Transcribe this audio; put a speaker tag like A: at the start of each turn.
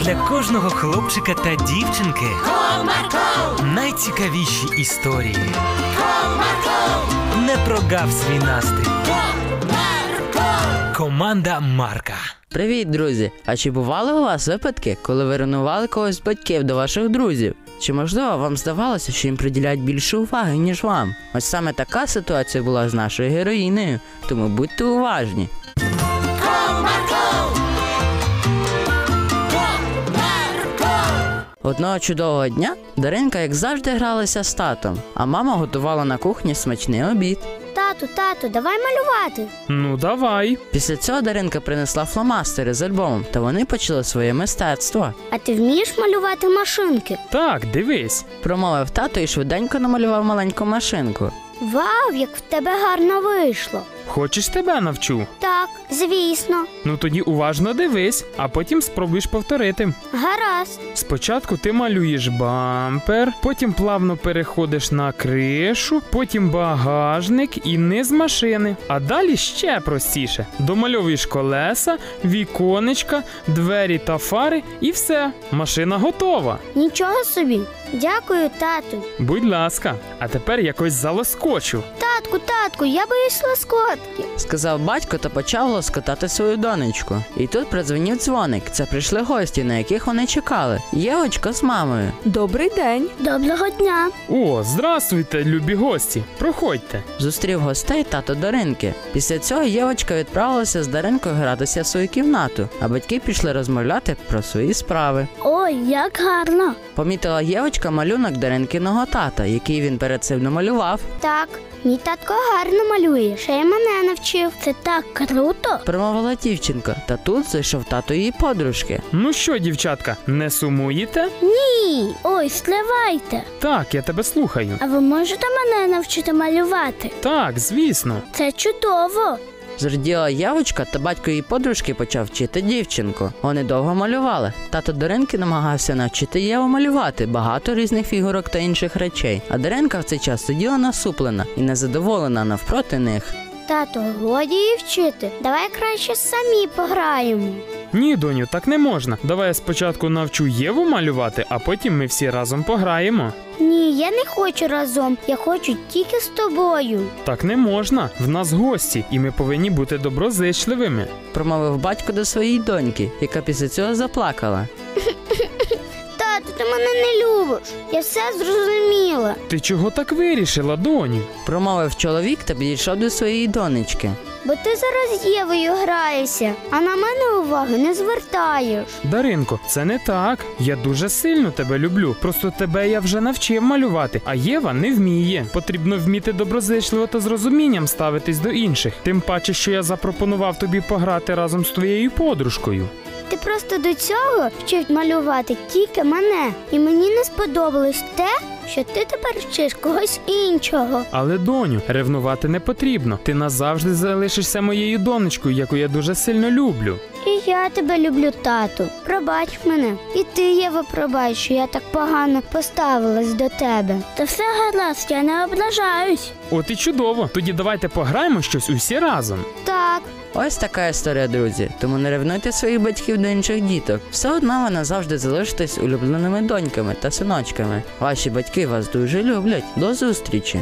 A: для кожного хлопчика та дівчинки
B: Comarco,
A: найцікавіші історії.
B: Comarco,
A: Не прогав свій настрій.
B: Comarco.
A: Команда Марка.
C: Привіт, друзі! А чи бували у вас випадки, коли ви ревнували когось з батьків до ваших друзів? Чи можливо вам здавалося, що їм приділяють більше уваги, ніж вам? Ось саме така ситуація була з нашою героїнею, тому будьте уважні. Одного чудового дня Даринка, як завжди, гралася з татом, а мама готувала на кухні смачний обід.
D: Тату, тату, давай малювати.
E: Ну давай.
C: Після цього Даринка принесла фломастери з альбомом, та вони почали своє мистецтво.
D: А ти вмієш малювати машинки?
E: Так, дивись.
C: Промовив тато і швиденько намалював маленьку машинку.
D: Вау, як в тебе гарно вийшло.
E: Хочеш тебе навчу?
D: Так, звісно.
E: Ну тоді уважно дивись, а потім спробуєш повторити.
D: Гаразд.
E: Спочатку ти малюєш бампер, потім плавно переходиш на кришу, потім багажник і низ машини. А далі ще простіше: домальовуєш колеса, віконечка, двері та фари, і все. Машина готова.
D: Нічого собі. Дякую, тату.
E: Будь ласка, а тепер якось залоскочу.
D: Татку, татку, я боюсь лоскотки.
C: Сказав батько та почав лоскотати свою донечку. І тут продзвонив дзвоник. Це прийшли гості, на яких вони чекали. Євочка з мамою.
F: Добрий день.
D: Доброго дня.
E: О, здравствуйте, любі гості! Проходьте.
C: Зустрів гостей тато Даринки. Після цього Євочка відправилася з Даринкою гратися в свою кімнату, а батьки пішли розмовляти про свої справи.
D: Ой, як гарно.
C: Помітила Євочка малюнок Даринкиного тата, який він перед цим намалював.
D: Так, мій татко гарно малює. Ще й мене навчив. Це так круто.
C: Промовила дівчинка, та тут зайшов тато її подружки.
E: Ну що, дівчатка, не сумуєте?
D: Ні. Ой, сливайте.
E: Так, я тебе слухаю.
D: А ви можете мене навчити малювати?
E: Так, звісно.
D: Це чудово.
C: Зраділа явочка та батько її подружки почав вчити дівчинку. Вони довго малювали. Тато Даринки намагався навчити Єву малювати багато різних фігурок та інших речей. А Даринка в цей час сиділа насуплена і незадоволена навпроти них.
D: Тато, годі її вчити. Давай краще самі пограємо.
E: Ні, доню, так не можна. Давай я спочатку навчу Єву малювати, а потім ми всі разом пограємо.
D: Ні, я не хочу разом. Я хочу тільки з тобою.
E: Так не можна. В нас гості, і ми повинні бути доброзичливими.
C: Промовив батько до своєї доньки, яка після цього заплакала.
D: Тату, ти мене не любиш. Я все зрозуміла.
E: Ти чого так вирішила, доню?
C: Промовив чоловік та підійшов до своєї донечки.
D: Бо ти зараз з Євою граєшся, а на мене уваги не звертаєш.
E: Даринко, це не так. Я дуже сильно тебе люблю. Просто тебе я вже навчив малювати, а Єва не вміє. Потрібно вміти доброзичливо та з розумінням ставитись до інших. Тим паче, що я запропонував тобі пограти разом з твоєю подружкою.
D: Ти просто до цього вчив малювати тільки мене. І мені не сподобалось те, що ти тепер вчиш когось іншого.
E: Але доню, ревнувати не потрібно. Ти назавжди залишишся моєю донечкою, яку я дуже сильно люблю.
D: І я тебе люблю, тату. Пробач мене. І ти, Єва, пробач, що я так погано поставилась до тебе. Та все гаразд, я не ображаюсь.
E: От і чудово. Тоді давайте пограємо щось усі разом.
D: Так,
C: Ось така історія, друзі. Тому не ревнуйте своїх батьків до інших діток. Все одно ви назавжди залишитесь улюбленими доньками та синочками. Ваші батьки вас дуже люблять. До зустрічі!